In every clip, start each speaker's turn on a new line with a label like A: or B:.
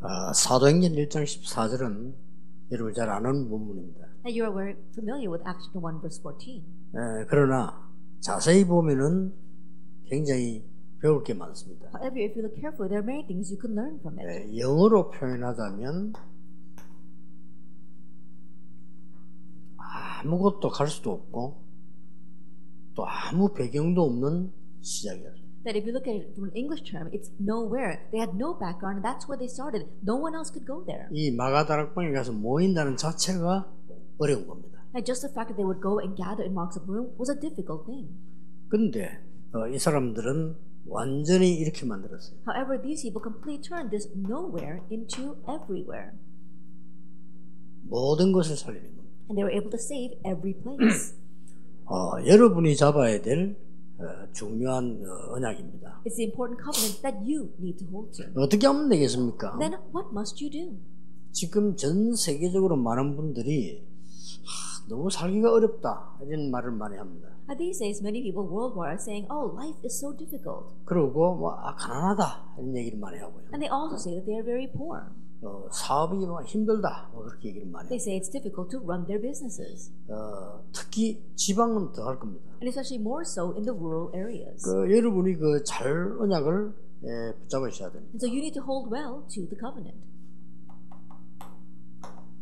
A: 아, 사도행전 1장 14절은 여러분 잘 아는 본문입니다.
B: And you are very familiar with Acts chapter 1 verse 14.
A: 에, 예, 그러나 자세히 보면은 굉장히 배울 게 많습니다.
B: However, if you look carefully, there are many things you can learn from it.
A: 에, 영어로 표현하자면 아무것도 갈 수도 없고 또 아무 배경도 없는 시작이었어요.
B: That if you look at it from an English term, it's nowhere. They had no background, and that's where they started. No one else could go there.
A: 이 마가다락방에 가서 모인다는 자체가 어려운 겁니다.
B: And just the fact that they would go and gather in Mark's room was a difficult thing.
A: 근데 어, 이 사람들은 완전히 이렇게 만들었어요.
B: However, these people completely turned this nowhere into everywhere,
A: 모든 것을 살리는 겁니다.
B: and they were able to save every place.
A: 어, 여러분이 잡아야 될 어, 중요한 어, 언약입니다.
B: it's the important covenant that you need to hold to.
A: 어떻게 하면 되겠습니까?
B: Then what must you do?
A: 지금 전 세계적으로 많은 분들이 아, 너무 살기가 어렵다 이런 말을 많이 합니다.
B: Uh, These days, many people worldwide are saying, "Oh, life is so difficult,"
A: 그리고 뭐 아, 가난하다 이런 얘기를 많이 하고요.
B: and they also say that they are very poor.
A: 어, 사업이 뭐 힘들다 뭐 그렇게 얘기를 많이
B: They
A: 해요.
B: say it's difficult to run their businesses,
A: 어, 특히 지방은 더 할 겁니다.
B: and especially more so in the rural areas.
A: 그 여러분이 그 잘 언약을 예, 붙잡으셔야 됩니다.
B: And so you need to hold well to the covenant.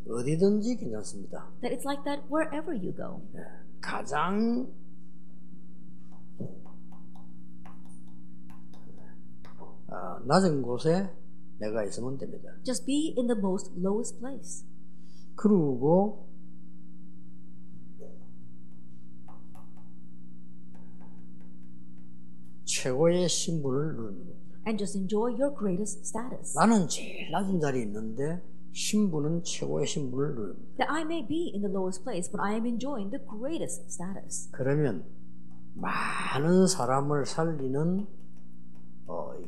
A: 어디든지 괜찮습니다.
B: That it's like that wherever you go.
A: 예, 가장 아, 낮은 곳에 내가 있으면 됩니다.
B: Just be in the most lowest place.
A: 그리고 최고의 신분을 누르는 겁니다.
B: and just enjoy your greatest status.
A: 나는 제일 낮은 자리에 있는데 신분은 최고의 신분을 누릅니다.
B: That I may be in the lowest place, but I am enjoying the greatest status.
A: 그러면 많은 사람을 살리는 어, 이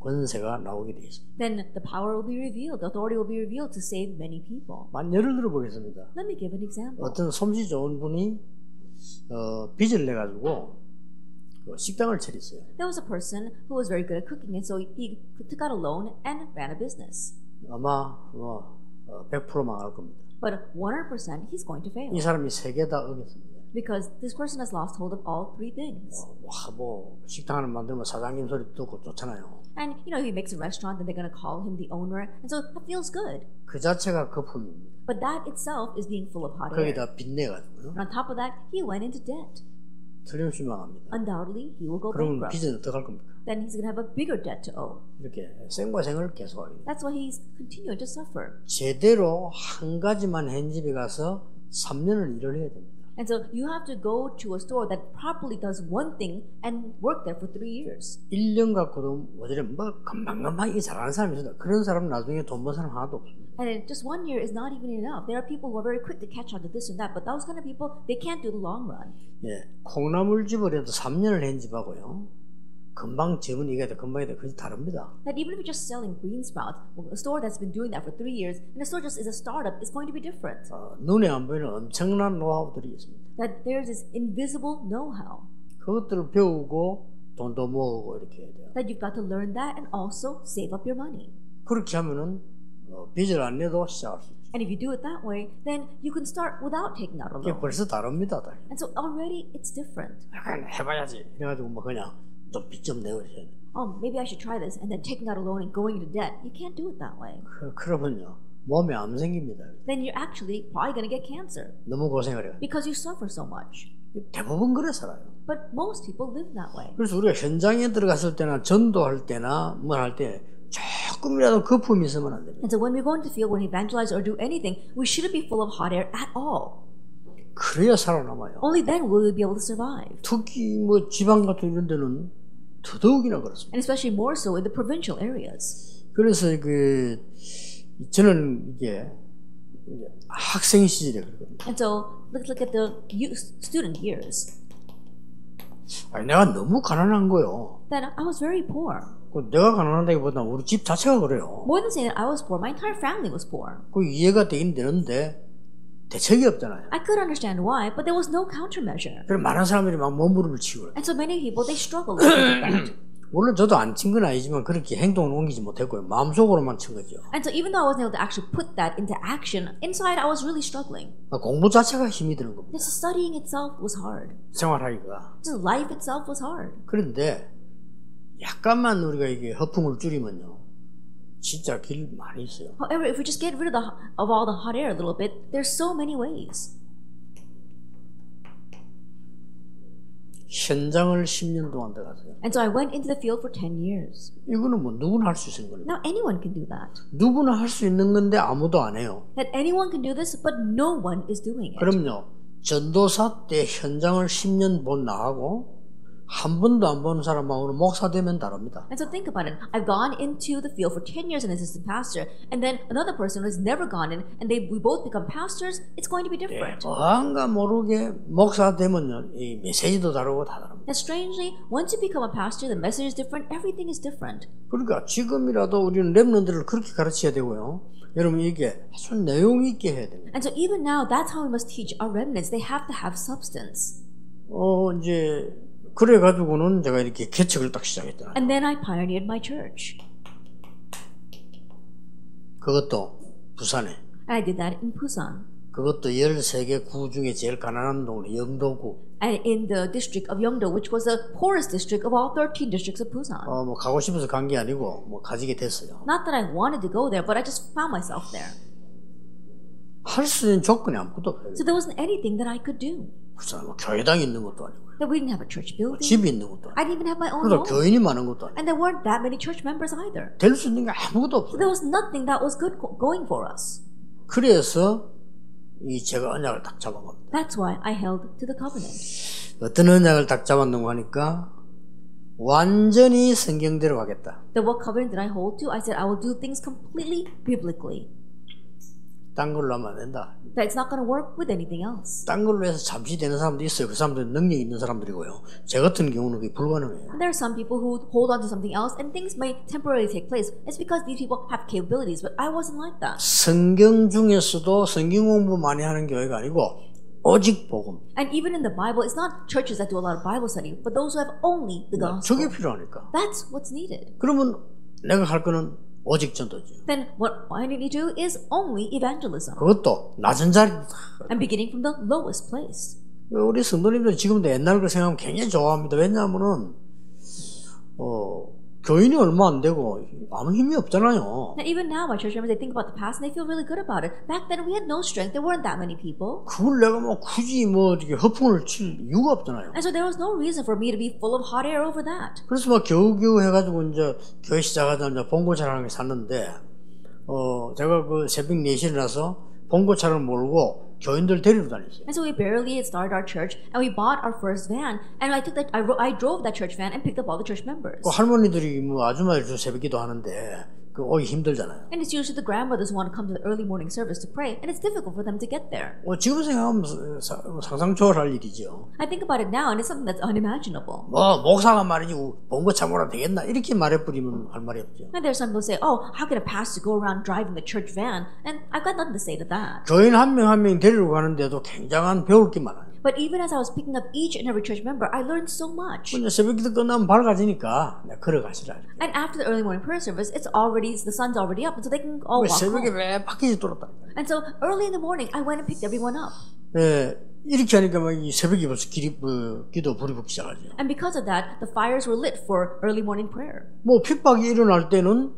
A: 권세가 나오게 돼 있습니다.
B: Then the power will be revealed, the authority will be revealed to save many people.
A: 만 예를 들어 보겠습니다.
B: Let me give an example.
A: 어떤 솜씨 좋은 분이 어, 빚을 내 가지고 그 식당을 차렸어요.
B: There was a person who was very good at cooking, and so he took out a loan and ran a business.
A: 아마 뭐, 어, 100% 망할 겁니다.
B: But 100% he's going
A: 이
B: to fail
A: 사람이 세 개 다 어겼습니다.
B: because this person has lost hold of all three things.
A: 와, 뭐 식당을 만들면 사장님 소리 듣고 좋잖아요.
B: And you know, he makes a restaurant, then they're going to call him the owner, and so that feels good.
A: 그 자체가 거품입니다.
B: But that itself is being full of hot air.
A: 거기다 빚내 가지고요.
B: And on top of that, he went into debt.
A: 틀림없이 망합니다. 뭐
B: undoubtedly he will go
A: 그러면
B: bankrupt.
A: 빚은 어떡할 겁니까?
B: Then he's going to have a bigger debt to owe.
A: 이렇게 생과 생을 계속합니다.
B: That's why he's continuing to suffer.
A: 제대로 한 가지만 한 집에 가서 3년을 일을 해야 됩니다.
B: And so you have to go to a store that properly does one thing and work there for three years.
A: 1년 갖고도 어제 뭐 금방금방 이 잘하는 사람이 있어. 그런 사람 나중에 돈 버는 사람 하나도 없습니다.
B: And in just one year is not even enough. There are people who are very quick to catch on to this and that, but those kind of people, they can't do the long run.
A: 예, 콩나물집을 해도 3년을 한 집하고요. 금방 지문 이게 돼, 금방이 돼. 그게 다릅니다.
B: That even if you're just selling green sprouts, well, a store that's been doing that for three years and a store just is a startup is going to be different.
A: 어, 눈에 안 보이는 엄청난 노하우들이 있습니다.
B: That there's this invisible know how.
A: 그것들을 배우고 돈도 모으고 이렇게 해야 돼요.
B: That you've got to learn that and also save up your money.
A: 그렇게 하면은 어, 빚을 안 내도 시작할 수 있죠.
B: And if you do it that way, then you can start without taking out a
A: 이게
B: loan.
A: 벌써 다릅니다. 다.
B: And so already it's different.
A: 어. 약간 해봐야지. 그래가지고 뭐 그냥 좀 빚 좀 내고 이렇게
B: Oh, maybe I should try this. And then taking out a loan and going into debt, you can't do it that way.
A: 그, 그러면요 몸에 암 생깁니다.
B: Then you're actually probably going to get cancer
A: 너무 고생을 해요.
B: because you suffer so much.
A: 대부분 그래 살아요.
B: But most people live that way.
A: 그래서 우리가 현장에 들어갔을 때나 전도할 때나 뭘 할 때 조금이라도 거품이 있으면 안 됩니다.
B: And so when we go into the field, when we evangelize or do anything, we shouldn't be full of hot air at all.
A: 그래야 살아남아요.
B: Only then will we be able to survive.
A: 특히 뭐 지방 같은 이런 데는 더더욱이나 그렇습니다.
B: And especially more so in the provincial areas.
A: 그래서 그 저는 이게 이제 학생 시절에 그랬거든요.
B: And so let's look at the youth, student years.
A: 아니 내가 너무 가난한 거요.
B: Then I was very poor.
A: 그 내가 가난하다기보다 우리 집 자체가 그래요.
B: More than saying that I was poor, my entire family was poor.
A: 그 이해가 되긴 되는데 대책이 없잖아요.
B: I could understand why, but there was no countermeasure.
A: 그럼 많은 사람들이 막 몸부림을 치고 그래요.
B: And so many people, they struggled with that.
A: 물론 저도 안 친 건 아니지만 그렇게 행동을 옮기지 못했고요. 마음속으로만 친 거죠.
B: And so even though I wasn't able to actually put that into action, inside I was really struggling.
A: 공부 자체가 힘이 드는 겁니다.
B: Just studying itself was hard.
A: 생활하기가.
B: Just life itself was hard.
A: 그런데 약간만 우리가 이게 허풍을 줄이면요. 진짜 길 많이 있어요.
B: However, if we just get rid of the of all the hot air a little bit, there's so many ways.
A: 현장을 10년 동안 들어갔어요.
B: And so I went into the field for 10 years.
A: 이거는 뭐 누구나 할 수 있는 거예요.
B: Now anyone can do that.
A: 누구나 할 수 있는 건데 아무도 안 해요.
B: That anyone can do this, but no one is doing it.
A: 그럼요. 전도사 때 현장을 10년 본 나하고 한 번도 안 본 사람하고는 목사 되면 다릅니다.
B: And so think about it. I've gone into the field for 10 years as an assistant pastor, and then another person who's never gone in, and they we both become pastors, it's going to be
A: 네, 뭐.
B: different.
A: 뭔가 예, 모르게 목사 되면요. 이 메시지도 다르고 다 다릅니다.
B: Now strangely, once you become a pastor, the message is different, everything is different.
A: 그러니까 지금이라도 우리는 랩런들을 그렇게 가르쳐야 되고요. 여러분 이게 아주 내용 있게 해야 됩니다.
B: And so even now, that's how we must teach our remnants. They have to have substance.
A: 어 이제 그래 가지고는 제가 이렇게 개척을 딱 시작했잖아요.
B: And then I pioneered my church.
A: 그것도 부산에
B: And I did that in Busan.
A: 그것도 13개 구 중에 제일 가난한 동네 영도구
B: And in the district of Yeongdo, which was the poorest district of all 13 districts of Busan.
A: 어 뭐 가고 싶어서 간 게 아니고 뭐 가지게 됐어요.
B: Not that I wanted to go there, but I just found myself there.
A: 할 수 있는 조건이 아무것도 없어요.
B: So there wasn't anything that I could do.
A: 부산 뭐 교회당이 있는 것도 아니고요. 뭐
B: That we didn't have a church building.
A: 집이 있는 것도 아니고
B: I didn't even have my own
A: 그러다
B: home.
A: 교인이 많은 것도 아니고
B: And there weren't that many church members either.
A: 될 수 있는 게 아무것도 없어요.
B: So there was nothing that was good go- going for us.
A: 그래서 이 제가 언약을 딱 잡은 겁니다.
B: That's why I held to the covenant.
A: 어떤 언약을 딱 잡았는가 하니까 완전히 성경대로 하겠다.
B: The what covenant did I hold to? I said I will do things completely biblically.
A: 딴 걸로 하면 안 된다.
B: That it's not going to work with anything else.
A: 딴 걸로 해서 잠시 되는 사람도 있어요. 그 사람들은 능력 있는 사람들이고요. 저 같은 경우는 그게 불가능해요.
B: And there are some people who hold on to something else and things may temporarily take place. It's because these people have capabilities, but I wasn't like that.
A: 성경 중에서도 성경 공부 많이 하는 교회가 아니고 오직 복음.
B: And even in the Bible, it's not churches that do a lot of Bible study, but those who have only the
A: 그러니까 저게
B: gospel.
A: 필요하니까.
B: That's what's needed.
A: 그러면 내가 할 거는 오직 전도지.
B: Then what I need to do is only evangelism.
A: 그것도 낮은 자리다.
B: And beginning from the lowest place.
A: 우리 성도님들 지금도 옛날 걸 생각하면 굉장히 좋아합니다. 왜냐하면은 어, 교인이 얼마 안 되고 아무 힘이 없잖아요.
B: Now even now my church members they think about the past and they feel really good about it. Back then we had no strength, there weren't that many people.
A: 그걸 내가 뭐 굳이 뭐 이렇게 허풍을 칠 이유가 없잖아요.
B: And so there was no reason for me to be full of hot air over that.
A: 그래서 막 겨우겨우 해가지고 이제 교회 시작하자마자 봉고차라는 게 샀는데 어 제가 그 새벽 4시에 나서 봉고차를 몰고 교인들 데리고 다녔어요.
B: And so we barely had started our church, and we bought our first van, and I took that, I, ro- I drove that church van and picked up all the church members.
A: 그 할머니들이 뭐 아줌마들 새벽기도 하는데 그 오기 힘들잖아요.
B: And it's usually the grandmothers who want to come to the early morning service to pray, and it's difficult for them to get there.
A: 뭐 지금 생각하면 사- 상상 초월할 일이죠.
B: I think about it now, and it's something that's unimaginable.
A: 뭐 목사가 말이지 봉고차 몰아 되겠나 이렇게 말해버리면 할 말이 없죠.
B: And there's some people say, "Oh, how can a pastor go around driving the church van?" And I've got nothing to say to that.
A: 교인 한 명 한 명 데리고 가는데도 굉장한 배울 게 많아요.
B: But even as I was picking up each and every church member, I learned so much.
A: 이제 새벽기도 끝나면 밝아지니까 내가 걸어가시라. 이렇게.
B: And after the early morning prayer service, it's already the sun's already up, and so they can all
A: 왜
B: walk
A: 새벽에
B: home.
A: 왜 밖에서 돌았다.
B: And so early in the morning, I went and picked everyone up.
A: 예, 이렇게 하니까 막 이 새벽에 벌써 기리, 어, 기도 불이 붙기 시작하죠.
B: And because of that, the fires were lit for early morning prayer.
A: 뭐 핍박이 일어날 때는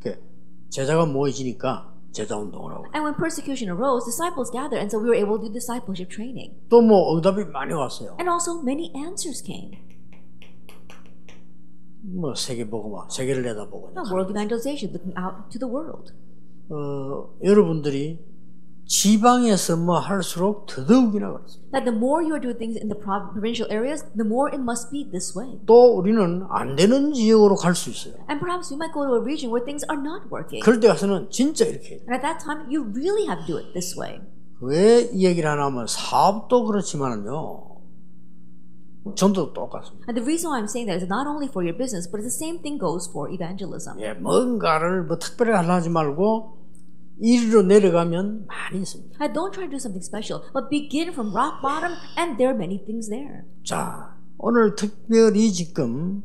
A: 이렇게 제자가 모여지니까 제자 운동을 하고
B: And when persecution arose, disciples gathered, and so we were able to do discipleship training.
A: 또 뭐 응답이 많이 왔어요.
B: And also, many answers came.
A: 뭐 세계 보고만 세계를 내다보고
B: Now, world evangelization, looking out to the world.
A: 어, 여러분들이 지방에서 뭐 할수록 더더욱이나 그렇습니다.
B: That the more you are doing things in the prov- provincial areas, the more it must be this way.
A: 또 우리는 안 되는 지역으로 갈 수 있어요.
B: And perhaps we might go to a region where things are not working.
A: 그럴 때 가서는 진짜 이렇게 해야 돼요.
B: And at that time, you really have to do it this way.
A: 왜 이 얘기를 하냐면 사업도 그렇지만은요 전도 똑같습니다.
B: And the reason why I'm saying that is not only for your business, but it's the same thing goes for evangelism.
A: 예, 뭔가를 뭐 특별히 하려 하지 말고 이리로 내려가면 많이 있습니다.
B: I don't try to do something special, but begin from rock bottom, and there are many things there.
A: 자, 오늘 특별히 지금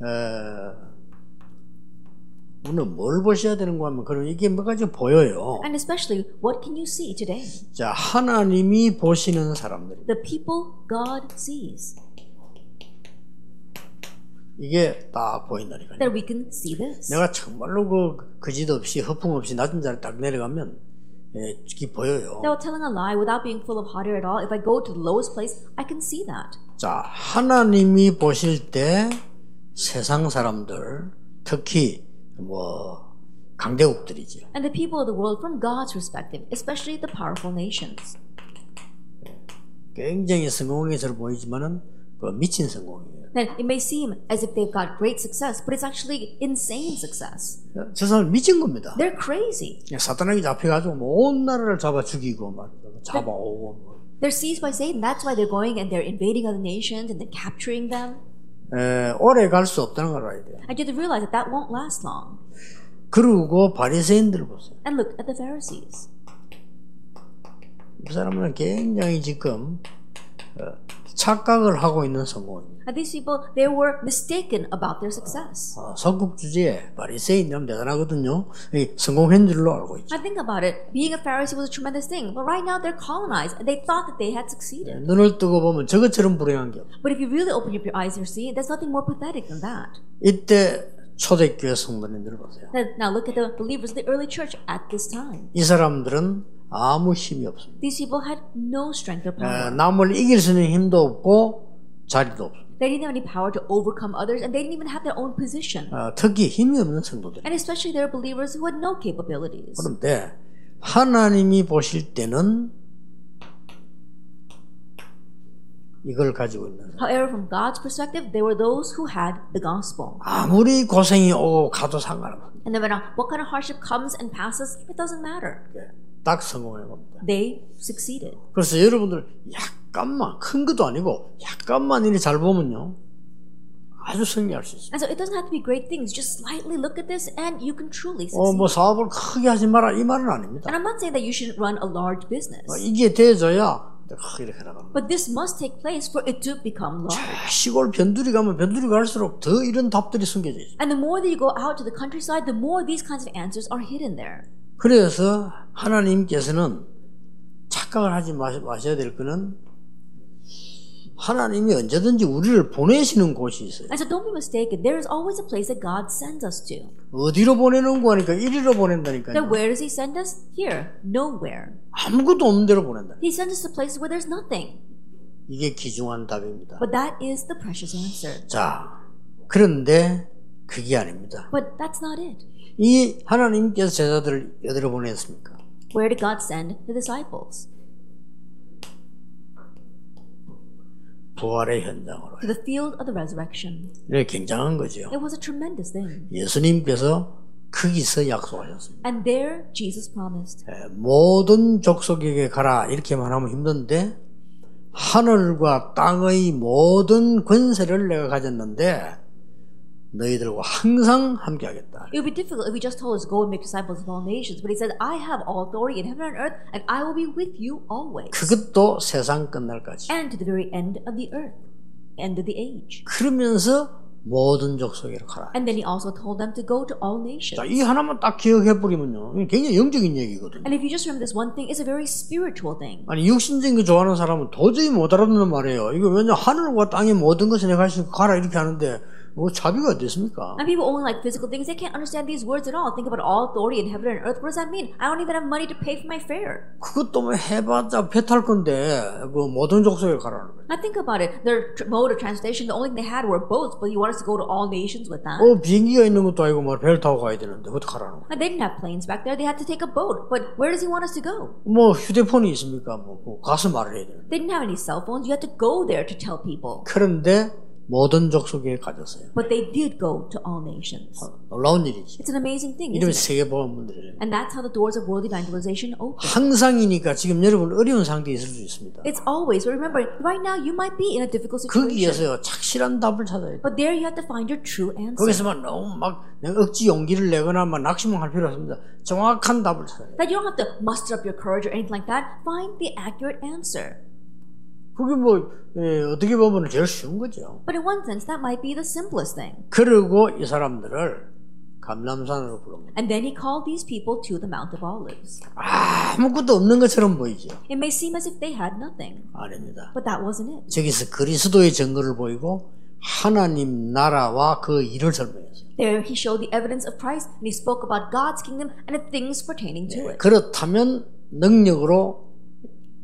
A: 어, 오늘 뭘 보셔야 되는 거 하면 그럼 이게 몇 가지 보여요.
B: And especially, what can you see today?
A: 자 하나님이 보시는 사람들
B: The people God sees.
A: 이게 딱 보인다니까요.
B: That we can see this.
A: 내가 정말로 그 거짓 없이 허풍 없이 낮은 자를 딱 내려가면 예, 이게 보여요.
B: Now, telling a lie without being full of hot air at all, if I go to the lowest place, I can see that.
A: 자 하나님이 보실 때 세상 사람들 특히 뭐 강대국들이죠.
B: And the people of the world from God's perspective, especially the powerful nations.
A: 굉장히 성공해서 보이지만은 그 미친 성공이에요.
B: Then it may seem as if they've got great success, but it's actually insane success.
A: 저 사람 미친 겁니다.
B: They're crazy.
A: 그냥 사탄에게 잡혀가지고 뭐온 나라를 잡아 죽이고 막 잡아오고 뭐.
B: They're seized by Satan. That's why they're going and they're invading other nations and they're capturing them.
A: 에, 예, 오래 갈 수 없다는 걸 알아야 돼요.
B: And you have to realize that that won't last long.
A: 그리고 바리새인들 보세요.
B: And look at the Pharisees.
A: 이 사람은 굉장히 지금 어, 착각을 하고 있는 성공입니다.
B: And these people, they were mistaken about their success.
A: 어, 서국 주제에 바리새인이라면 대단하거든요. 이 성공한 줄로 알고 있죠.
B: I think about it. Being a Pharisee was a tremendous thing, but right now they're colonized and they thought that they had
A: 네,
B: succeeded.
A: 눈을 뜨고 보면 저것처럼 불행한 게 없어요.
B: But if you really open up your eyes, you see there's nothing more pathetic than that.
A: 이때 초대교회 성도님들 보세요.
B: Now- Now look at the believers of the early church at this time.
A: 이 사람들은 아무 힘이 없습니다.
B: These people had no strength or power.
A: 에, 남을 이길 수 있는 힘도 없고 자리도 없습니다.
B: They didn't have any power to overcome others, and they didn't even have their own position.
A: 어, 특히 힘이 없는 성도들.
B: And especially there are believers who had no capabilities.
A: 그런데 하나님이 보실 때는 이걸 가지고 있는 사람.
B: However, from God's perspective, they were those who had the gospel.
A: 아무리 고생이 오고 가도 상관없어요.
B: And no matter what kind of hardship comes and passes, it doesn't matter.
A: 딱 성공해 봅니다.
B: They succeeded.
A: 그래서 여러분들 약간만 큰 것도 아니고 약간만 일이 잘 보면요 아주 승리할 수 있어요.
B: And so it doesn't have to be great things. Just slightly look at this, and you can truly
A: 어,
B: succeed.
A: 뭐 사업을 크게 하지 마라 이 말은 아닙니다.
B: And I'm not saying that you shouldn't run a large
A: 어,
B: business,
A: 이게 돼줘야 이렇게 나가는
B: but this must take place for it to become large.
A: 시골 변두리 가면 변두리 갈수록 더 이런 답들이 숨겨져 있어요.
B: And the more that you go out to the countryside, the more these kinds of answers are hidden there.
A: 그래서 하나님께서는 착각을 하지 마셔- 마셔야 될 거는 하나님이 언제든지 우리를 보내시는 곳이 있어요.
B: And so don't be mistaken, there is always a place that God sends us to.
A: 어디로 보내는 거 하니까 이리로
B: Then
A: 보낸다니까요.
B: where does He send us? Here, nowhere.
A: 아무것도 없는 데로 보낸다.
B: He sends us to places where there's nothing.
A: 이게 귀중한 답입니다.
B: But that is the precious answer.
A: 자, 그런데 그게 아닙니다.
B: But that's not it.
A: 이 하나님께서 제자들을 어디로 보냈습니까?
B: Where did God send the disciples?
A: 부활의 현장으로.
B: To the field of the resurrection.
A: 이게 굉장한 거죠.
B: It was a tremendous thing.
A: 예수님께서 거기서 약속하셨습니다.
B: And there, Jesus promised.
A: 에, 모든 족속에게 가라 이렇게만 하면 힘든데 하늘과 땅의 모든 권세를 내가 가졌는데 너희들과 항상 함께하겠다.
B: It would be difficult if He just told us, go and make disciples of all nations. But He said, I have all authority in heaven and earth, and I will be with you always.
A: 그것도 세상 끝날까지.
B: And to the very end of the earth, end of the age.
A: 그러면서 모든 족속에게 가라.
B: And then he also told them to go to all nations.
A: 자, 이 하나만 딱 기억해 버리면요, 굉장히 영적인 얘기거든요.
B: And if you just remember this one thing, it's a very spiritual thing.
A: 아니 육신적인 거 좋아하는 사람은 도저히 못 알아듣는 말이에요. 이거 왜냐 하늘과 땅의 모든 것을 내가 할수 있고 가라 이렇게 하는데 뭐 자비가 어디 있습니까?
B: And people only like physical things, they can't understand these words at all. Think about all authority in heaven and earth. What does that mean? I don't even have money to pay for my fare.
A: 그것도 뭐 해봤자 배 탈 건데 그 모든 족속에 가라는 거예요.
B: Now think about it. Their tr- mode of transportation, the only thing they had were boats, but you want us to go to all nations with that?
A: 어 비행기가 있는 것도 아니고 뭐 배를 타고 가야 되는데 그것도 가라는 거예요.
B: And they didn't have planes back there, they had to take a boat. But where does he want us to go?
A: 뭐 휴대폰이 있습니까? 뭐, 뭐 가서 말을 해야 되는데.
B: They didn't have any cell phones, you had to go there to tell people.
A: 그런데 모든 족속에 가졌어요.
B: But they did go to all nations.
A: 놀라운 일이지.
B: It's an amazing thing.
A: 이름이
B: Isn't it?
A: 세계보험분들이에요.
B: And that's how the doors of world evangelization open.
A: 항상이니까 지금 여러분 어려운 상태에 있을 수 있습니다.
B: It's always, but remember, right now you might be in a difficult situation.
A: 거기에서 착실한 답을 찾아야 돼요.
B: But there you have to find your true answer.
A: 거기서만 너무 막 내가 억지 용기를 내거나 막 낙심할 필요 없습니다. 정확한 답을 찾아야 돼요.
B: That you don't have to muster up your courage or anything like that. Find the accurate answer.
A: 그게 뭐 예, 어떻게 보면 제일 쉬운 거죠.
B: But in one sense, that might be the simplest thing.
A: 그리고 이 사람들을 감람산으로 부릅니다.
B: And then he called these people to the Mount of Olives.
A: 아무것도 없는 것처럼 보이죠.
B: It may seem as if they had nothing,
A: 아닙니다.
B: but that wasn't it.
A: 저기서 그리스도의 증거를 보이고 하나님 나라와 그 일을 설명했어요.
B: There he showed the evidence of Christ and he spoke about God's kingdom and the things pertaining
A: 네.
B: to it.
A: 그렇다면 능력으로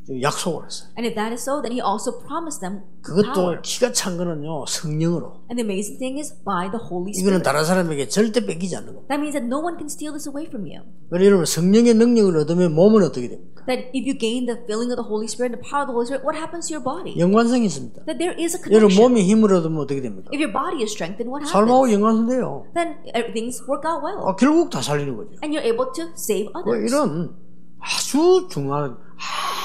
A: 약속을 했어요.
B: And if that is so, then he also promised them power.
A: 그것도 키가 찬 거는요 성령으로.
B: And the amazing thing is by the Holy
A: 이거는
B: Spirit.
A: 다른 사람에게 절대 뺏기지 않는 겁니다.
B: That means that no one can steal this away from you.
A: 그러면 여러분 성령의 능력을 얻으면 몸은 어떻게 됩니까?
B: That if you gain the filling of the Holy Spirit and the power of the Holy Spirit, what happens to your body?
A: 연관성이 있습니다.
B: That there is a
A: 여러분
B: connection.
A: 몸이 힘을 얻으면 어떻게 네. 됩니까?
B: If your body is strengthened, what happens?
A: 삶하고 연관성돼요.
B: Then things work out well.
A: 아, 결국 다 살리는 거죠.
B: and you're able to save
A: 뭐
B: others.
A: 이런 아주 중요한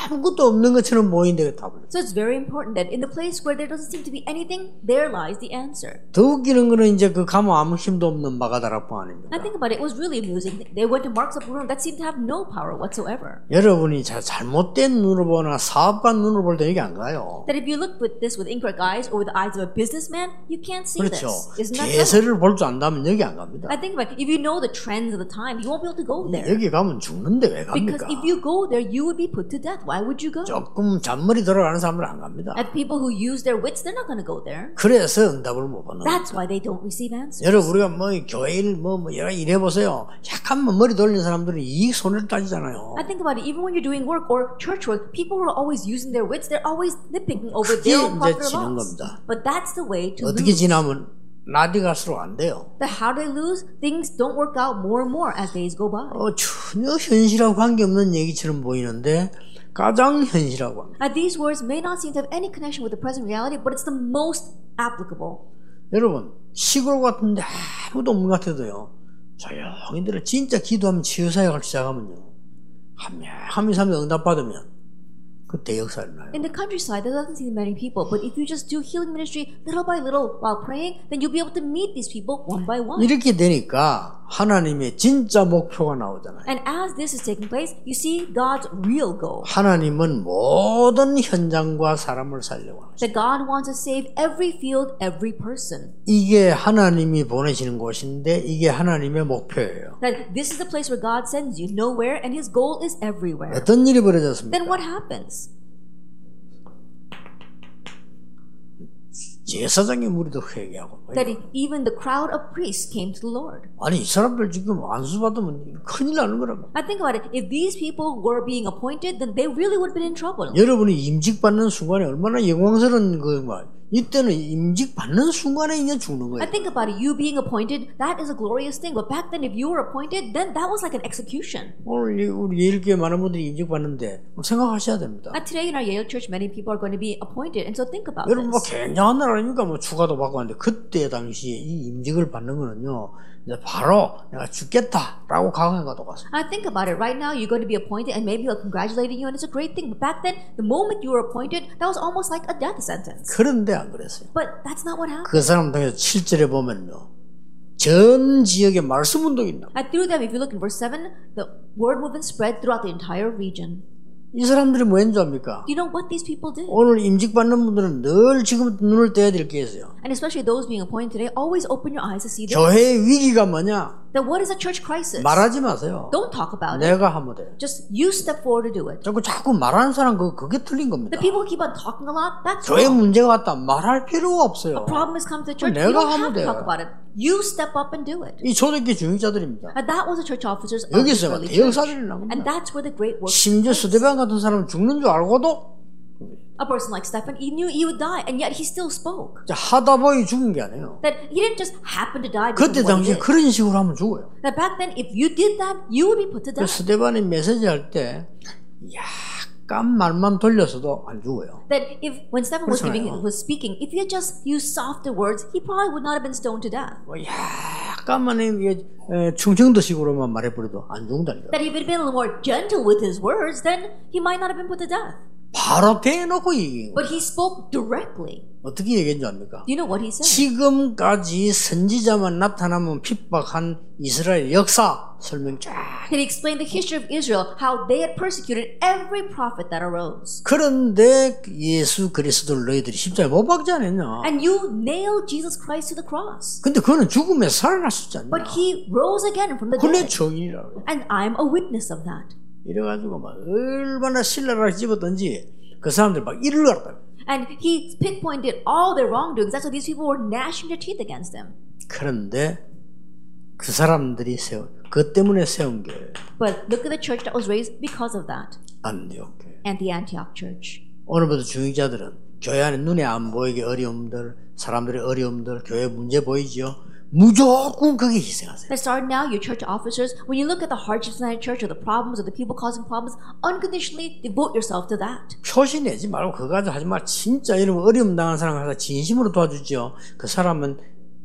A: 아무것도 없는 것처럼 보이는데 그 답을.
B: So it's very important that in the place where there doesn't seem to be anything, there lies the answer.
A: 더 웃기는 거는 이제 그 가면 아무 힘도 없는 마가다락방 아닙니까? 네.
B: And think about it, it was really amusing. They went to Mark's upper room that seemed to have no power whatsoever.
A: 여러분이 자, 잘못된 눈으로 보나 사업관 눈으로 볼 때 여기 안 가요.
B: That if you look with this with incorrect eyes or with the eyes of a businessman, you can't see
A: 그렇죠.
B: this. Isn't that so?
A: 대세를 볼 줄 안다면 여기 안 갑니다.
B: I think about it, if you know the trends of the time, you won't be able to go there.
A: 여기 가면 죽는데 왜
B: Because
A: 갑니까?
B: if you go there, you would be put to death. Why would you go?
A: 조금 잔머리 돌아가는 네. 사람은 안 갑니다.
B: At people who use their wits, they're not going to go there.
A: 그래서 응답을 못 받는 거예요.
B: That's why they don't receive answers.
A: 여러분 우리가 뭐 교회를 뭐, 뭐 여러 일 해보세요. 약간만 뭐 머리 돌리는 사람들은 이익 손해를 따지잖아요. 네.
B: I think about it, even when you're doing work or church work, people who are always using their wits, they're always nitpicking over
A: 그게
B: their own
A: 이제
B: profit or
A: 지는
B: loss.
A: 겁니다.
B: But that's the way to
A: 어떻게
B: lose.
A: 지나면 날이 갈수록 안 돼요.
B: But how they lose, things don't work out more and more as days go by.
A: 어, 전혀 현실하고 관계없는 얘기처럼 보이는데 가장 현실하고 합니다.
B: Now, these words may not seem to have any connection with the present reality, but it's the most applicable.
A: 여러분 시골 같은데 아무도 없는 것 같아도요. 조용히 들어 진짜 기도하면 치유사역을 시작하면요. 한명한명 사람 응답받으면 그때 역사 일어나요.
B: In the countryside, there doesn't seem many people, but if you just do healing ministry little by little while praying, then you'll be able to meet these people one by one.
A: 이렇게 되니까 하나님의 진짜 목표가 나오잖아요.
B: And as this is taking place, you see God's real goal.
A: 하나님은 모든 현장과 사람을 살려고 합니다.
B: that God wants to save every field, every person.
A: 이게 하나님이 보내시는 곳인데 이게 하나님의 목표예요.
B: That this is the place where God sends you, nowhere, and His goal is everywhere.
A: 어떤 일이
B: Then
A: 벌어졌습니까?
B: what happens?
A: 제사장의 무리도 회개하고 뭐
B: That
A: 이런.
B: even the crowd of priests came to the Lord.
A: 아니 이 사람들 지금 안수받으면 큰일 나는 거라고.
B: I think about it. If these people were being appointed, then they really would have been in trouble.
A: 여러분이 임직 받는 순간에 얼마나 영광스러운 그 말. 이때는 임직 받는 순간에 그냥 죽는
B: I
A: 거예요.
B: think about it. You being appointed, that is a glorious thing. But back then, if you were appointed, then that was like an execution.
A: 오늘 이- 우리 예일교회 많은 분들이 임직 받는데 생각하셔야 됩니다.
B: Now today in our Yale Church, many people are going to be appointed, and so think about
A: 여러분 뭐
B: this.
A: 굉장한 날 아닙니까? 뭐 추가도 받고 하는데 그때 당시에 이 임직을 받는 거는요. 이제 바로 내가 죽겠다라고 각오해가 똑같습니다.
B: I think about it. Right now, you're going to be appointed, and maybe he'll congratulate you, and it's a great thing. But back then, the moment you were appointed, that was almost like a death sentence.
A: 그런데 안 그랬어요.
B: But that's not what happened.
A: 그 사람 통해서 7절에 보면요. 전 지역에 말씀 운동이 있나.
B: And through them, if you look in verse 7, the word movement spread throughout the entire region.
A: 이 사람들이 뭐 했는지 압니까?
B: Do you know what these people did?
A: 오늘 임직받는 분들은 늘 지금 눈을 떼야 될 게 있어요.
B: And especially those being appointed today, always open your eyes to see this.
A: 교회의 위기가 뭐냐?
B: That what is a church crisis?
A: 말하지 마세요.
B: Don't talk about it.
A: 내가 하면 돼요.
B: Just you step forward to do it.
A: 자꾸 자꾸 말하는 사람 그 그게 틀린
B: The
A: 겁니다.
B: people who keep on talking a lot, that's
A: 교회
B: wrong.
A: 문제가 왔다 말할 필요가 없어요.
B: Problem has come to the church.
A: 내가
B: You don't
A: 하면
B: have to
A: 돼요.
B: talk about it. You step up and do it.
A: 이 초대기 중직자들입니다.
B: And that was the church officers of the
A: 여기서
B: early
A: 대역
B: church.
A: 사실이 난
B: And
A: 겁니다.
B: that's where the great work
A: 심지어 스데반 같은 사람 은 죽는 줄 알고도
B: A person like Stefan, he knew he would die, and yet he still spoke.
A: 이제 하다 보니 죽은 게 아니에요.
B: That he didn't just happen to die because
A: 그때
B: of what
A: 당시에
B: he did.
A: 그런 식으로 하면 죽어요.
B: That back then, if you did that, you would be put to
A: 그
B: death.
A: 스테반이 메시지 할 때 약간 말만 돌려서도 안 죽어요.
B: That if when Stefan was giving
A: 그렇잖아요.
B: was speaking, if he had just used softer words, he probably would not have been stoned to death.
A: 뭐 약간만 이게 에, 충청도식으로만 말해버려도 안 죽는다니까.
B: That if he'd been a little more gentle with his words, then he might not have been put to death.
A: 바로 대놓고 얘기해요.
B: But he spoke directly.
A: 어떻게 얘기한 줄 압니까?
B: Do you know what he said?
A: 지금까지 선지자만 나타나면 핍박한 이스라엘 역사 설명 쫙.
B: He explained the history of Israel, how they had persecuted every prophet that arose.
A: 그런데 예수 그리스도를 너희들이 십자에 못 박지 않았냐?
B: And you nailed Jesus Christ to the cross.
A: 근데 그거는 죽음에 살아났었지 않냐?
B: But he rose again from the
A: 그내
B: dead.
A: 정인이라고.
B: And I'm a witness of that.
A: 이래가지고 막 얼마나 신랄하게 집었던지 그 사람들 막 일을 갔다.
B: And he pinpointed all their wrongdoings. That's why these people were gnashing their teeth against him.
A: 그런데 그 사람들이 세운, 그 때문에 세운 게
B: But look at the church that was raised because of that,
A: 안디옥 교회.
B: and the Antioch church.
A: 오늘부터 중직자들은 교회 안에 눈에 안 보이게 어려움들, 사람들의 어려움들, 교회 문제 보이지요? 무조건 거기에 희생하세요.
B: Let's start now, your church officers. When you look at the hardships in our church or the problems or the people causing problems, unconditionally devote yourself to that.
A: 표시 내지 말고 그거 가지고 하지 마. 진짜 이런 어려움 당한 사람 가서 진심으로 도와주지요. 그 사람은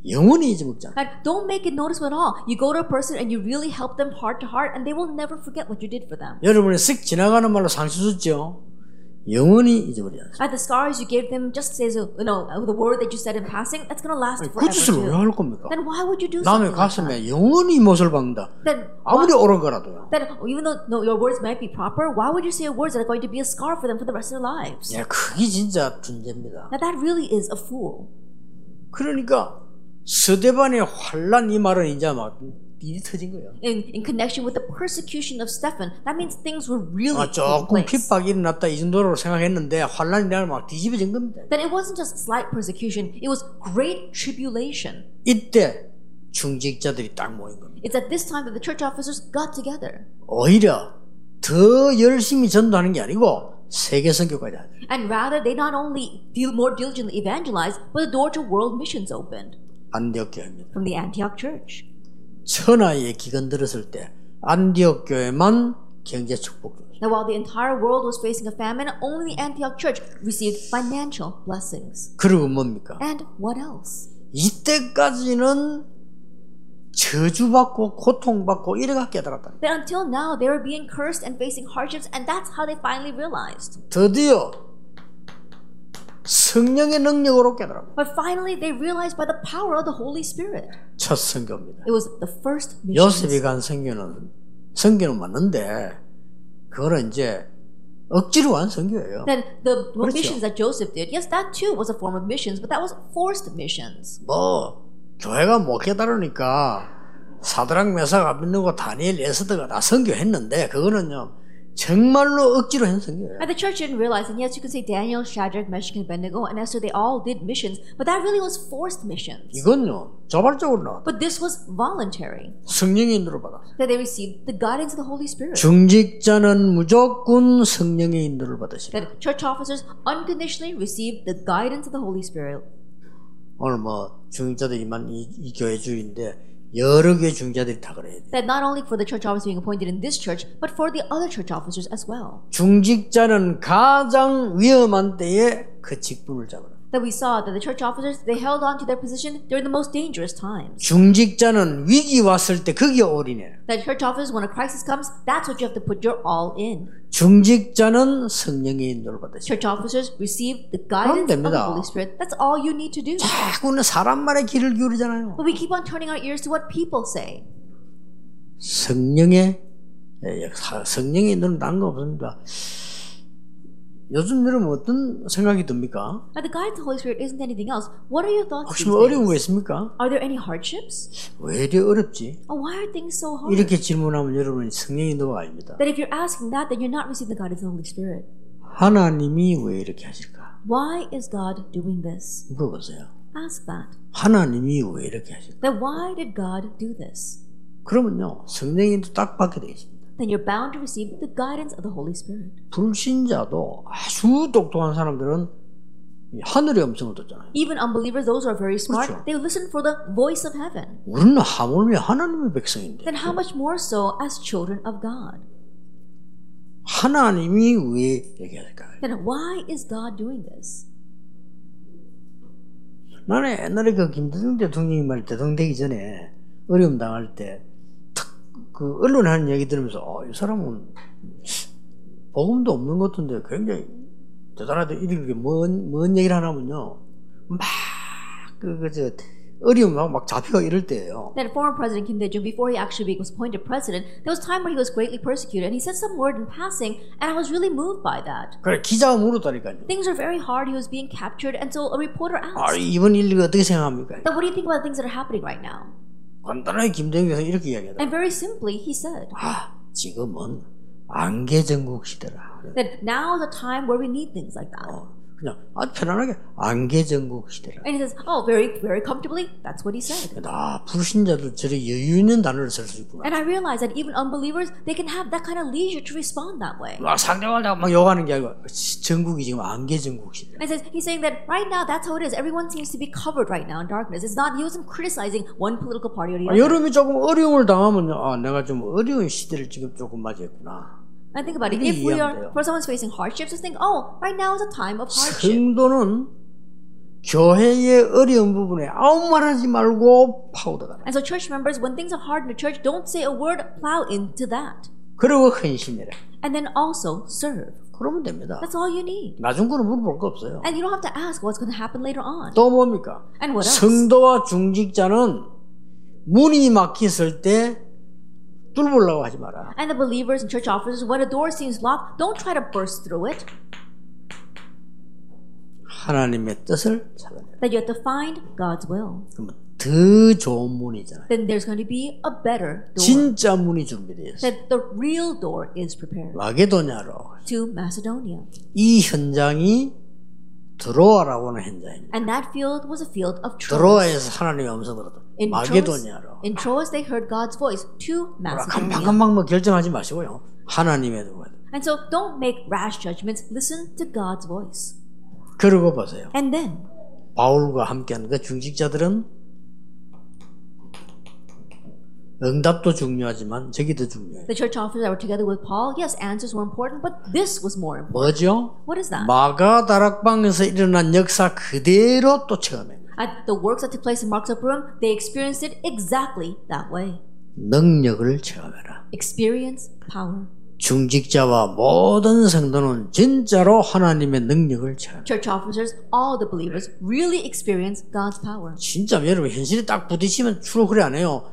A: 영원히 잊어먹지 않아.
B: And don't make it noticeable at all. You go to a person and you really help them heart to heart, and they will never forget what you did for them.
A: 여러분이 쓱 지나가는 말로 상처 줬죠? 영원히 잊어버리지 않습니다.
B: At the scars you gave them, just says you know uh, the word that you said in passing. That's gonna last
A: 그
B: forever.
A: 짓을 왜
B: Too.
A: 할 겁니까?
B: Then why would you do
A: 남의
B: something like that?
A: 가슴에 영원히 못을 박는다.
B: Then
A: 아무리 옳은 거라도요.
B: then even though no, your words might be proper, why would you say words that are going to be a scar for them for the rest of their lives?
A: 예, 그게 진짜 존재입니다.
B: Now that really is a fool.
A: 그러니까 스데반의 환란 이 말은 이제 막 일이 터진 거예요.
B: In, in connection with the persecution of Stephen, that means things were really
A: 아,
B: taking
A: 조금
B: place.
A: 핍박이 일어났다 이 정도로 생각했는데 환란이라는 막 뒤집어진 겁니다.
B: Then it wasn't just slight persecution; it was great tribulation.
A: 이때 중직자들이 딱 모인 겁니다.
B: It's at this time that the church officers got together
A: 오히려 더 열심히 전도하는 게 아니고 세계 선교까지 하죠.
B: And rather, they not only deal more diligently evangelize, but the door to world missions opened
A: 안디옥 교회입니다.
B: from the Antioch church.
A: 천하의 기근 들었을 때 안디옥 교회만 경제 축복.
B: Now, while the entire world was facing a famine, only the Antioch church received financial blessings.
A: 그리고 뭡니까?
B: And what else?
A: 이때까지는 저주받고 고통받고 이래가 깨달았다.
B: That until now, they were being cursed and facing hardships, and that's how they finally realized.
A: 드디어 성령의 능력으로 깨달아
B: But finally, they realized by the power of the Holy Spirit.
A: 첫 성교입니다.
B: It was the first
A: 요셉이
B: mission.
A: 간 성교는 성교는 맞는데 그거는 이제 억지로 한 성교예요.
B: Then the
A: 그렇죠.
B: missions that Joseph did, yes, that too was a form of missions, but that was forced missions.
A: 뭐 교회가 못 깨달으니까 사드락 메사가 아비누고 다니엘 에스더가 다 성교했는데 그거는요 정말로 억지로 한 성교예요.
B: And the church didn't realize, and yes, you could say Daniel, Shadrach, Meshach, and Abednego, and Esther, they all did missions, but that really was forced missions.
A: 이건요 자발적으로 나왔다.
B: But this was voluntary,
A: 성령의 인도를 받았어요.
B: that they received the guidance of the Holy Spirit.
A: 중직자는 무조건 성령의 인도를 받으시라.
B: That church officers unconditionally received the guidance of the Holy Spirit.
A: 오늘 뭐 중직자들이만 이, 이 교회 주인데 여러 교회 중직자들이 다 그래요.
B: That not only for the church officers being appointed in this church, but for the other church officers as well.
A: 중직자는 가장 위험한 때에 그 직분을 잡으라.
B: That we saw that the church officers, they held on to their position during the most dangerous times.
A: 중직자는 위기 왔을 때 거기에 올인해.
B: That church officers, when a crisis comes, that's what you have to put your all in.
A: 중직자는 성령의 인도를 받으시라.
B: church officers receive the guidance of the
A: 됩니다.
B: Holy Spirit. That's all you need to do.
A: 자꾸는 사람 말에 귀를 기울이잖아요.
B: But we keep on turning our ears to what people say.
A: 성령의 예, 예, 사- 성령의 인도는 다른 거 없습니다. 요즘 여러분 어떤 생각이 듭니까?
B: Now, the guidance of the Holy Spirit isn't anything else. What are your thoughts?
A: 혹시
B: these
A: 뭐 어려운
B: days?
A: 거 있습니까?
B: Are there any hardships?
A: 왜 이리 어렵지?
B: Or why are things so hard?
A: 이렇게 질문하면 여러분이 성령의 인도가 아닙니다.
B: That if you're asking that, then you're not receiving the guidance of the Holy Spirit.
A: 하나님이 왜 이렇게 하실까?
B: Why is God doing this?
A: 물어보세요.
B: Ask that.
A: 하나님이 왜 이렇게 하실까?
B: Then why did God do this?
A: 그러면요, 성령의 인도 딱 받게 되어 있습니다.
B: Then you're bound to receive the guidance of the Holy Spirit.
A: 불신자도 아주 똑똑한 사람들은 이 하늘의 음성을 듣잖아요.
B: Even unbelievers, those who are very smart,
A: 그렇죠.
B: they listen for the voice of heaven.
A: 우리는 하물며 하나님의 백성인데
B: Then how much more so as children of God?
A: 하나님이 왜 이렇게 하실까?
B: Then why is God doing this?
A: 나는 옛날에 그 김대중 대통령이 말 대통령 되기 전에 어려움 당할 때탁그 언론 하는 얘기 들으면서 어, 이 사람은 복음도 없는 것 같은데 굉장히 대단하다. 이런 게뭔 뭔 얘기를 하냐면요. 막그저 어려움 막, 막 잡히고 이럴 때예요.
B: Then former President Kim Dae-jung, before he actually was appointed president, there was a time where he was greatly persecuted, and he said some word in passing, and I was really moved by that.
A: 그래 기자가 물었다니까요.
B: Things are very hard. He was being captured, and so a reporter
A: 아
B: asked,
A: 이번 일이 어떻게 생각합니까?
B: "Now, what do you think about things that are happening right now?"
A: 간단하게 김대중에서 이렇게 이야기하다.
B: And very simply, he said
A: 아 지금은 안개정국 시대라.
B: that now is a time where we need things like that.
A: 어, 그냥 아주 편안하게 안개정국 시대라.
B: And he says, "Oh, very, very comfortably." That's what he said.
A: 나 불신자도 저런 여유 있는 단어를 쓸 수 있구나.
B: And I realized that even unbelievers, they can have that kind of leisure to respond that way.
A: 막 상대방을 내가 막 욕하는 게 아니고 시- 전국이 지금 안개정국 시대.
B: And it says he's saying that right now, that's how it is. Everyone seems to be covered right now in darkness. It's not he wasn't criticizing one political party or the
A: 아,
B: other.
A: 여름이 조금 어려움을 당하면 아 내가 좀 어려운 시대를 지금 조금 맞이했구나.
B: And think about it.
A: 이게
B: If we are
A: 이해한대요.
B: for someone's facing hardships, just think, oh, right now is a time of hardship.
A: 성도는 교회의 어려운 부분에 아무 말하지 말고 파고들어라.
B: And so, church members, when things are hard in the church, don't say a word. Plow into that,
A: 그리고 헌신해라.
B: and then also serve.
A: 그러면 됩니다.
B: That's all you need.
A: 나중 거는 물어볼 거 없어요.
B: And you don't have to ask what's going to happen later on.
A: 또 뭡니까?
B: And what else?
A: 성도와 중직자는 문이 막혔을 때 뚫으려고 하지 마라.
B: And the believers and church officers, when a door seems locked, don't try to burst through it.
A: 하나님의 뜻을 찾아내라.
B: That you have to find God's will.
A: 그러면 더 좋은 문이잖아요.
B: Then there's going to be a better door.
A: 진짜 문이 준비되어 있어요.
B: that the real door is prepared
A: 마게도냐로
B: to Macedonia.
A: 이 현장이 드로아라고 하는 현장입니다.
B: And that field was a field of Troas.
A: 드로아에서 하나님의 음성 들었다.
B: In Troas,
A: 마게도냐로
B: in Troas, they heard God's voice to Macedonia.
A: 금방금방 뭐 결정하지 마시고요. 하나님의 도와
B: And so don't make rash judgments. Listen to God's voice.
A: 그러고 보세요.
B: And then,
A: 바울과 함께하는 그 중직자들은 응답도 중요하지만 저기 더 중요해요.
B: the church officers that were together with Paul, yes, answers were important, but this was more important.
A: 뭐죠?
B: What is that?
A: 마가 다락방에서 일어난 역사 그대로 또 체험해요.
B: At the works that took place in Mark's upper room, they experienced it exactly that way.
A: 능력을 체험해라.
B: Experience power.
A: 중직자와 모든 성도는 진짜로 하나님의 능력을 체험.
B: Church officers, all the believers, really experience God's power.
A: 진짜 여러분 현실에 딱 부딪히면 주로 그래 안 해요.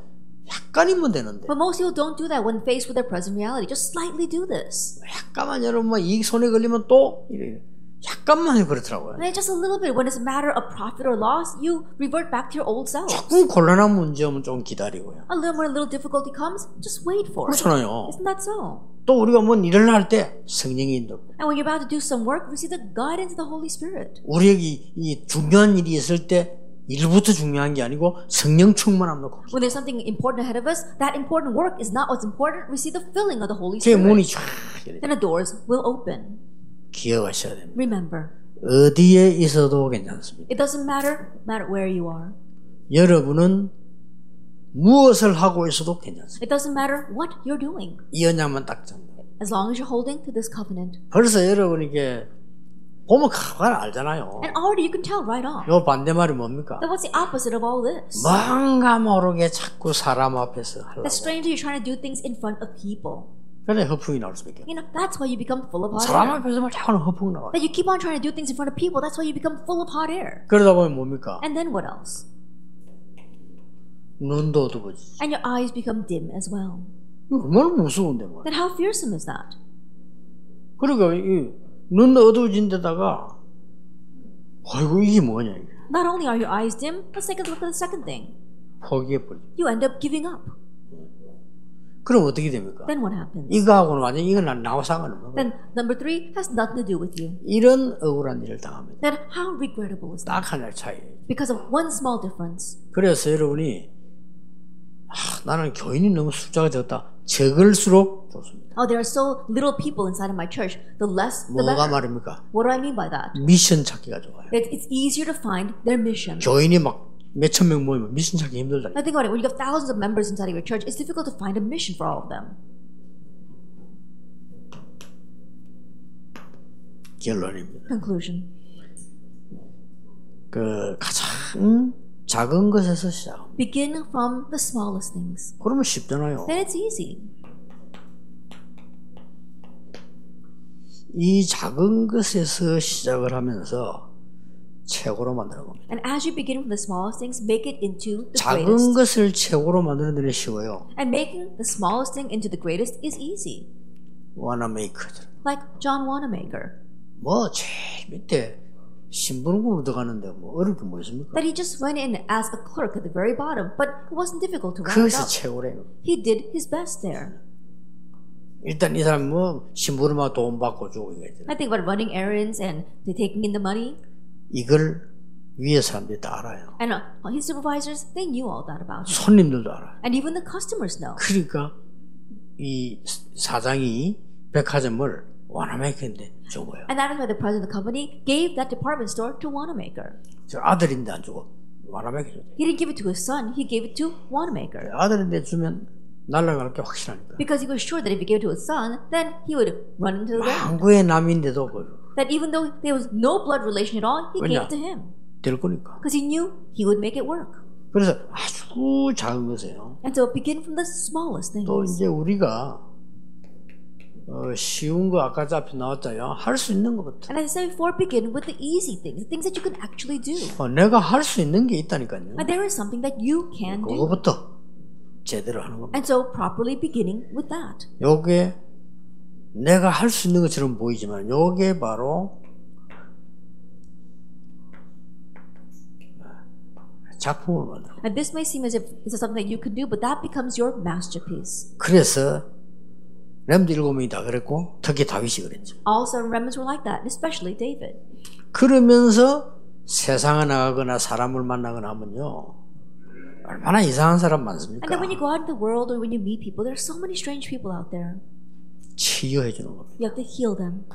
A: 약간이면 되는데
B: But most people don't do that when faced with their present reality. Just slightly do this.
A: 약간만 여러분 막 이익 손에 걸리면 또 이래. 약간만 해 그렇더라고요.
B: And just a little bit, when it's a matter of profit or loss, you revert back to your old self.
A: 조금 곤란한 문제면 좀 기다리고요.
B: A little more, little difficulty comes, just wait for it.
A: 그렇잖아요.
B: Isn't that so?
A: 또 우리가 뭔 일을 할 때 성령이 인도하고
B: And when you're about to do some work, receive the guidance of the Holy Spirit.
A: 우리에게 이- 이 중요한 일이 있을 때 일부터 중요한 게 아니고 성령 충만함 놓고
B: When there's something important ahead of us, that important work is not what's important. Receive the filling of the Holy
A: 제
B: Spirit.
A: 문이 쫙 열려.
B: Then the doors will open.
A: 기억하셔야 됩니다.
B: Remember,
A: 어디에 있어도 괜찮습니다.
B: it doesn't matter, matter where you are.
A: 여러분은 무엇을 하고 있어도 괜찮습니다.
B: It doesn't matter what you're doing,
A: 이 언약만 딱 잡는.
B: as long as you're holding to this covenant.
A: 벌써 여러분 이게 보면 가만 알잖아요.
B: And already you can tell right off.
A: 요 반대말이 뭡니까?
B: Then what's the opposite of all this?
A: 뭔가 모르게 자꾸 사람 앞에서 하려고.
B: That's strange that you're trying to do things in front of people.
A: 그래 허풍이 나올 수밖에. 없어요.
B: You know, that's why you become full of hot
A: 사람
B: air.
A: 앞에서 말 자꾸 허풍 나와. 요
B: That you keep on trying to do things in front of people, that's why you become full of hot air.
A: 그러다 보면 뭡니까?
B: And then what else?
A: 눈도 어두워지지.
B: And your eyes become dim as well.
A: 이거 얼마나 무서운데 뭐.
B: Then how fearsome is that?
A: 그러니까 이눈 어두워진 데다가 아이고 이게 뭐냐 이게.
B: Not only are your eyes dim, let's take a look at the second thing.
A: 포기해 버리.
B: You end up giving up.
A: 그럼 어떻게 됩니까?
B: Then what happens?
A: 이거하고는 완전 이건 나- 나와 상관없는 거예요.
B: Then number three has nothing to do with you.
A: 이런 억울한 일을 당합니다.
B: Then how regrettable is that?
A: 딱 하나 차이.
B: Because of one small difference.
A: 그래서 여러분이 아, 나는 교인이 너무 숫자가 적다. 적을수록 좋습니다.
B: Oh, there are so little people inside of my church. The less, the
A: 뭐가
B: better.
A: 말입니까?
B: What do I mean by that?
A: 미션 찾기가 좋아요.
B: It, it's easier to find their mission.
A: 교인이 막 몇천 명 모이면 미션 찾기 힘들다.
B: Now think about it. When you have thousands of members inside of your church, it's difficult to find a mission for all of them.
A: 결론입니다.
B: Conclusion:
A: 그 가장 작은 것에서 시작합니다.
B: Begin from the smallest things.
A: 그러면
B: 네.
A: 쉽잖아요.
B: Then it's easy.
A: 이 작은 것에서 시작을 하면서 최고로 만드는 겁니다.
B: And as you begin from the smallest things, make it into the
A: 작은
B: greatest.
A: 것을 최고로 만드는 데는 쉬워요.
B: And making the smallest thing into the greatest is easy.
A: 와나메이커들.
B: Like John Wanamaker,
A: 뭐 제일 밑에 신부름으로 들어가는데 뭐 어려울 게 뭐 있습니까?
B: that he just went in as a clerk at the very bottom, but it wasn't difficult to round
A: 그것이
B: up.
A: 최고래요.
B: He did his best there.
A: 일단 이 사람 뭐 신부름하고 돈 받고 주고 이거 있잖아요.
B: I think about running errands and they taking in the money.
A: 이걸 위에 사람들이 다 알아요.
B: And uh, his supervisors, they knew all that about him.
A: 손님들도 알아요.
B: And even the customers know.
A: 그러니까 이 사장이 백화점을 와나메이커인데 줘봐요.
B: And that is why the president of the company gave that department store to Wanamaker.
A: 저 아들인데 안 주고 와나메이커 줘.
B: He didn't give it to his son, he gave it to Wanamaker.
A: 아들인데 주면 날아갈 게 확실하니까.
B: Because he was sure that if he gave it to his son, then he would run into the ground.
A: 망구의 남인데도 그-
B: That even though there was no blood relation at all, he gave
A: 왜냐?
B: it to him.
A: 될 거니까.
B: Because he knew he would make it work.
A: 그래서 아주 작은 것이에요.
B: And so begin from the smallest things.
A: 또 이제 우리가 어, 쉬운 거 아까 앞에 나왔잖아요. 할 수 있는 것부터.
B: And as I said before, begin with the easy things, the things that you can actually do.
A: 어, 내가 할 수 있는 게 있다니까요.
B: And there is something that you can do.
A: 그거부터 제대로 하는 겁니다.
B: And so properly beginning with that.
A: 요게 내가 할 수 있는 것처럼 보이지만 요게 바로 작품을 만들어.
B: And this may seem as if this is something that you can do, but that becomes your masterpiece.
A: 그래서 렘드 일곱 명이 다 그랬고 특히 다윗이 그랬죠.
B: All seven remnants were like that, and especially David.
A: 그러면서 세상에 나가거나 사람을 만나거나 하면요. 얼마나 이상한 사람
B: And
A: 많습니까?
B: then when you go out in the world or when you meet people, there are so many strange people out there.
A: 치유해 주는 겁니다.
B: You have to heal them.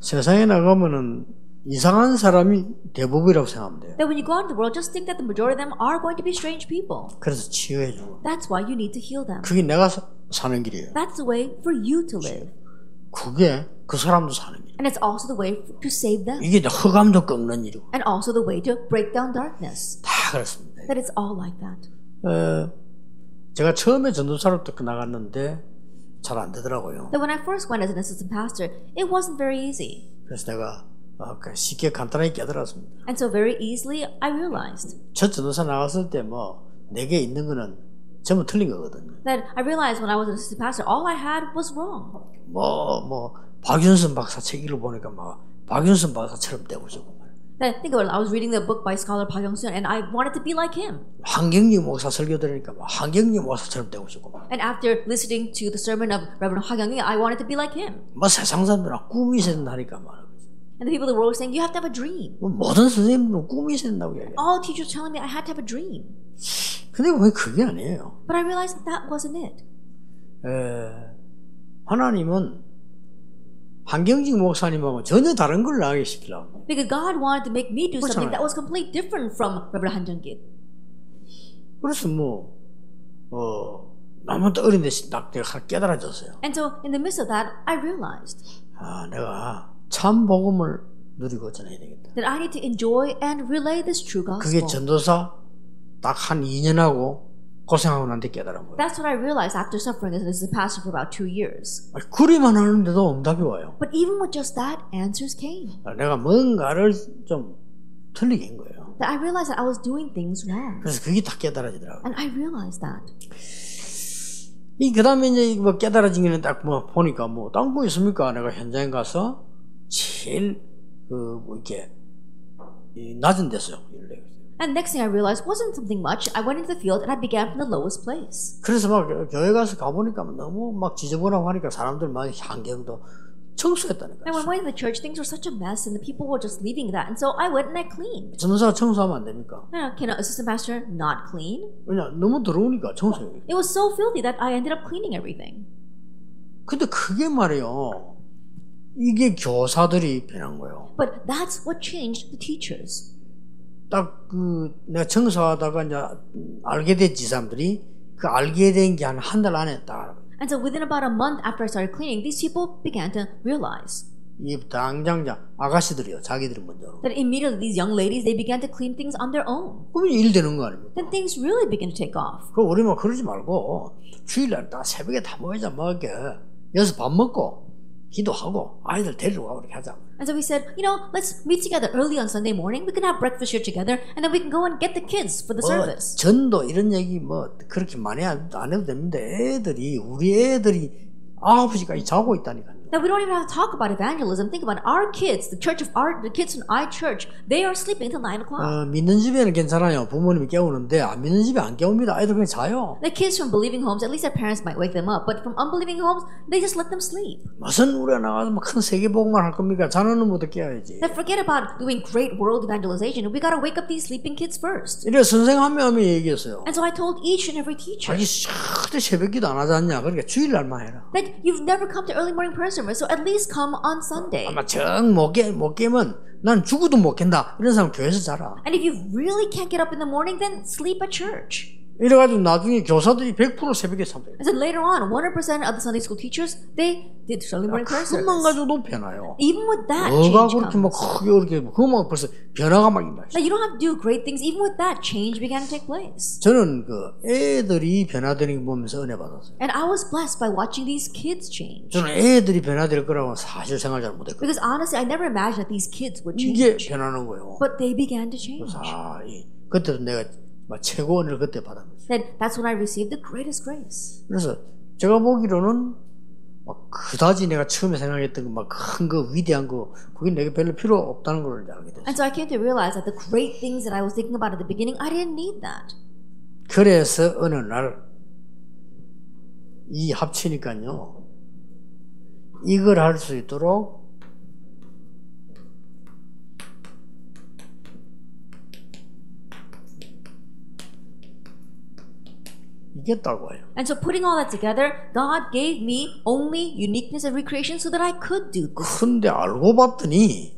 A: 세상에 나가면은 이상한 사람이 대부분이라고 생각하면 돼요.
B: That when you go out in the world, just think that the majority of them are going to be strange people.
A: 그래서 치유해 주는 겁니다.
B: That's why you need to heal them.
A: 그게 내가 사, 사는 길이에요.
B: That's the way for you to live.
A: 그게 그 사람도 사는 일.
B: And it's also the way f- to save them.
A: 이게 이제 허감도 꺾는 일이고
B: And also the way to break down darkness.
A: 다 그렇습니다.
B: That it's all like that.
A: 어, 제가 처음에 전도사로 또 나갔는데 잘 안 되더라고요.
B: That when I first went as an assistant pastor, it wasn't very easy.
A: 그래서 내가 어, 그 쉽게 간단하게 깨달았습니다.
B: And so very easily I realized
A: 첫 전도사 나갔을 때 뭐 내게 있는 거는 전부 틀린 거거든요.
B: that I realized when I was an assistant pastor, all I had was wrong.
A: 뭐 뭐 박윤선 박사 책 읽어보니까 막 박윤선 박사처럼 되고 싶고 말이에요.
B: That think about it, I was reading the book by scholar Park Young Soon, and I wanted to be like him.
A: 한경리 목사 설교 들으니까 막 한경리 목사처럼 되고 싶고 말이에요.
B: And after listening to the sermon of Reverend Hwang Young, I wanted to be like him.
A: 뭐 세상 사람들은 꿈이 있어야된다니까 말이에요.
B: And the people of the world were saying, "You have to have a dream."
A: 뭐 모든 선생님들은 꿈이 있어야된다고 얘기해요.
B: All teachers telling me I had to have a dream,
A: 근데 왜 그게 아니에요?
B: but I realized that, that wasn't it.
A: 에, 예. 하나님은 한경직 목사님하고 전혀 다른 걸 나게 시키려고.
B: Because God wanted to make me do
A: What's
B: something
A: that?
B: that was completely different from Reverend Han Jung Git.
A: 그래서 뭐, 어, 나무도 어린데 딱 내가 깨달아졌어요.
B: And so, in the midst of that, I realized
A: 아, 내가 참 복음을 누리고 전해야 되겠다.
B: that I need to enjoy and relay this true
A: 그게
B: gospel.
A: 전도사 딱 한 2년하고 고생하고 난데 깨달은 거예요.
B: That's what I realized after suffering as this pastor for about two years.
A: 아, 그리만 하는데도 응답이 와요.
B: But even with just that, answers came.
A: 아, 내가 뭔가를 좀 틀리게 한 거예요.
B: That I realized that I was doing things wrong.
A: 그래서 그게 다 깨달아지더라고요.
B: And I realized that.
A: 이 그다음에 이제 뭐 깨달아진 게는 딱 뭐 보니까 뭐 딴 거 있습니까? 내가 현장에 가서 제일 그뭐 이렇게 이 낮은 데서요. 일을 해요.
B: And next thing I realized wasn't something much. I went into the field and I began from the lowest place.
A: 그래서 막 교회 가서 가보니까 막 너무 막 지저분하고 하니까 사람들 막 환경도 청소했다니까.
B: And when I went to the church, things were such a mess and the people were just leaving that. And so I went and I cleaned.
A: 전도사가 청소하면 안 됩니까?
B: Now, can an assistant pastor not clean?
A: 왜냐 너무 더러우니까 청소해요.
B: It was so filthy that I ended up cleaning everything.
A: 근데 그게 말이요. 이게 교사들이 변한 거예요.
B: But that's what changed the teachers.
A: 딱 그 내가 청소하다가 이제 알게 됐지 사람들이 그 알게 된 게 한 한 달 안에 딱 알아.
B: And so within about a month after I started cleaning, these people began to realize.
A: 이 당장 자 아가씨들이요 자기들이 먼저
B: that immediately these young ladies they began to clean things on their own
A: 그러면 일 되는 거 아닙니까?
B: then things really begin to take off
A: 그 우리 뭐 그러지 말고 주일날 다 새벽에 다 모이자 뭐 이렇게 여기서 밥 먹고 기도하고 아이들 데리고 가고 이렇게 하자.
B: And so we said, you know, let's meet together early on Sunday morning. We can have breakfast here together, and then we can go and get the kids for the
A: 뭐
B: service.
A: 전도 이런 얘기 뭐 그렇게 많이 안 안 해도 되는데 애들이 우리 애들이 아홉 시까지 자고 있다니까요.
B: That we don't even have to talk about evangelism. Think about our kids, the church of our, the kids in our church. They are sleeping till nine o'clock.
A: 어, 믿는 집에는 괜찮아요. 부모님이 깨우는데 안 믿는 집에 안 깨웁니다. 애들 그냥 자요.
B: The kids from believing homes, at least their parents might wake them up, but from unbelieving homes, they just let them sleep.
A: 무슨 우리가 나가서 뭐큰 세계복음만 할 겁니까? 자는 놈부터 깨야지.
B: Now forget about doing great world evangelization. We gotta wake up these sleeping kids first.
A: 이래 선생 한 명이 얘기했어요.
B: And so I told each and every teacher
A: 자기 절대 새벽기도 안 하지 않냐? 그러니까 주일날만 해라.
B: that you've never come to early morning prayer service, so at least come on Sunday.
A: 아마 정못 깨, 못 깨면 난 죽어도 못 깬다. 이런 사람 교회에서 자라.
B: And if you really can't get up in the morning, then sleep at church.
A: 이래가지고 나중에 교사들이 100% 새벽에 참대.
B: And so later on, 100% of the Sunday school teachers, they did early morning prayer
A: 그것만
B: service.
A: 가지고도 아, 변화요.
B: Even with that
A: 뭐가
B: change
A: 그렇게 막
B: comes.
A: 크게 그렇게 그만 벌써 변화가 막 있나.
B: Now you don't have to do great things. Even with that, change began to take place.
A: 저는 그 애들이 변화되는 거 보면서 은혜 받았어요.
B: And I was blessed by watching these kids change.
A: 저는 애들이 변화될 거라고 사실 생각 잘 못했거든요.
B: Because honestly, I never imagined that these kids would
A: 이게
B: change.
A: 변하는 거예요.
B: But they began to change.
A: 아, 이, 그때도 내가 막 최고 은혜를 그때 받았어요.
B: Then that's when I received the greatest grace.
A: 그래서 제가 보기로는 막 그다지 내가 처음에 생각했던 막 큰 거 위대한 거 그게 내게 별로 필요 없다는 걸 이제 알게 됐어요.
B: And so I came to realize that the great things that I was thinking about at the beginning, I didn't need that.
A: 그래서 어느 날 이 합치니까요 이걸 할 수 있도록 이겼다고 해요.
B: And so putting all that together, God gave me only uniqueness and recreation so that I could do this.
A: 근데 알고 봤더니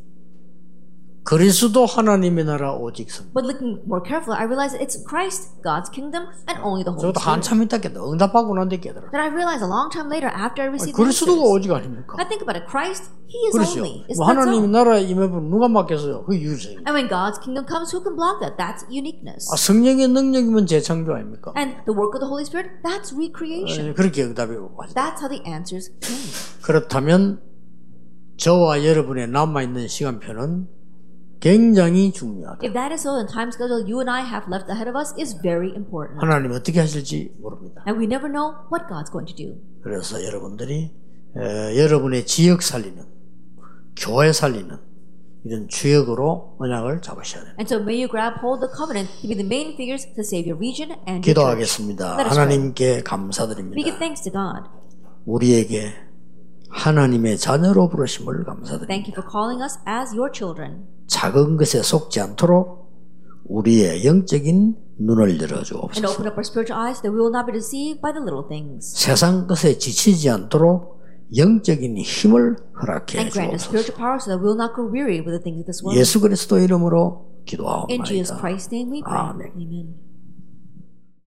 A: 그리스도 하나님의 나라 오직 성.
B: But looking more carefully, I realized it's Christ, God's kingdom, and only the Holy
A: 저것도
B: Spirit.
A: 한참 있다 깨다 응답하고 난 뒤에 깨더라.
B: Then I realized a long time later after I received the
A: 그리스도가 오직
B: message.
A: 아닙니까?
B: I think about it. Christ, He is
A: 그렇죠.
B: only. It's
A: 뭐
B: that's
A: 하나님
B: all.
A: 나라에 임해보면 누가 막겠어요? 그게 유일성이에요.
B: And when God's kingdom comes, who can block that? That's uniqueness.
A: 아, 성령의 능력이면 재창조 아닙니까?
B: And the work of the Holy Spirit, that's
A: 예,
B: recreation.
A: 그렇게 응답이 오고 하죠.
B: That's how the answers came.
A: 그렇다면 저와 여러분의 남아있는 시간표는 굉장히 중요하다.
B: If that is so, then time schedule you and I have left ahead of us is very important.
A: 하나님 어떻게 하실지 모릅니다.
B: And we never know what God's going to do.
A: 그래서 여러분들이 에, 여러분의 지역 살리는 교회 살리는 이런 주역으로 언약을 잡으셔야 됩니다.
B: And so may you grab hold of the covenant to be the main figures to save your region and your church.
A: 기도하겠습니다.
B: Let us pray.
A: 하나님께
B: We give
A: 감사드립니다.
B: thanks to God.
A: 우리에게 하나님의 자녀로 부르심을 감사드립니다.
B: Thank you for calling us as your children.
A: 작은 것에 속지 않도록 우리의 영적인 눈을
B: And
A: 열어주옵소서.
B: open up our spiritual eyes that we will not be deceived by the little things.
A: 세상 것에 지치지 않도록 영적인 힘을 허락해
B: And grant us
A: 주옵소서.
B: spiritual power so that we will not grow weary with the things of this world.
A: 예수 그리스도 이름으로
B: In
A: 기도하옵나이다.
B: Jesus Christ's name we pray.
A: Amen.
B: Amen.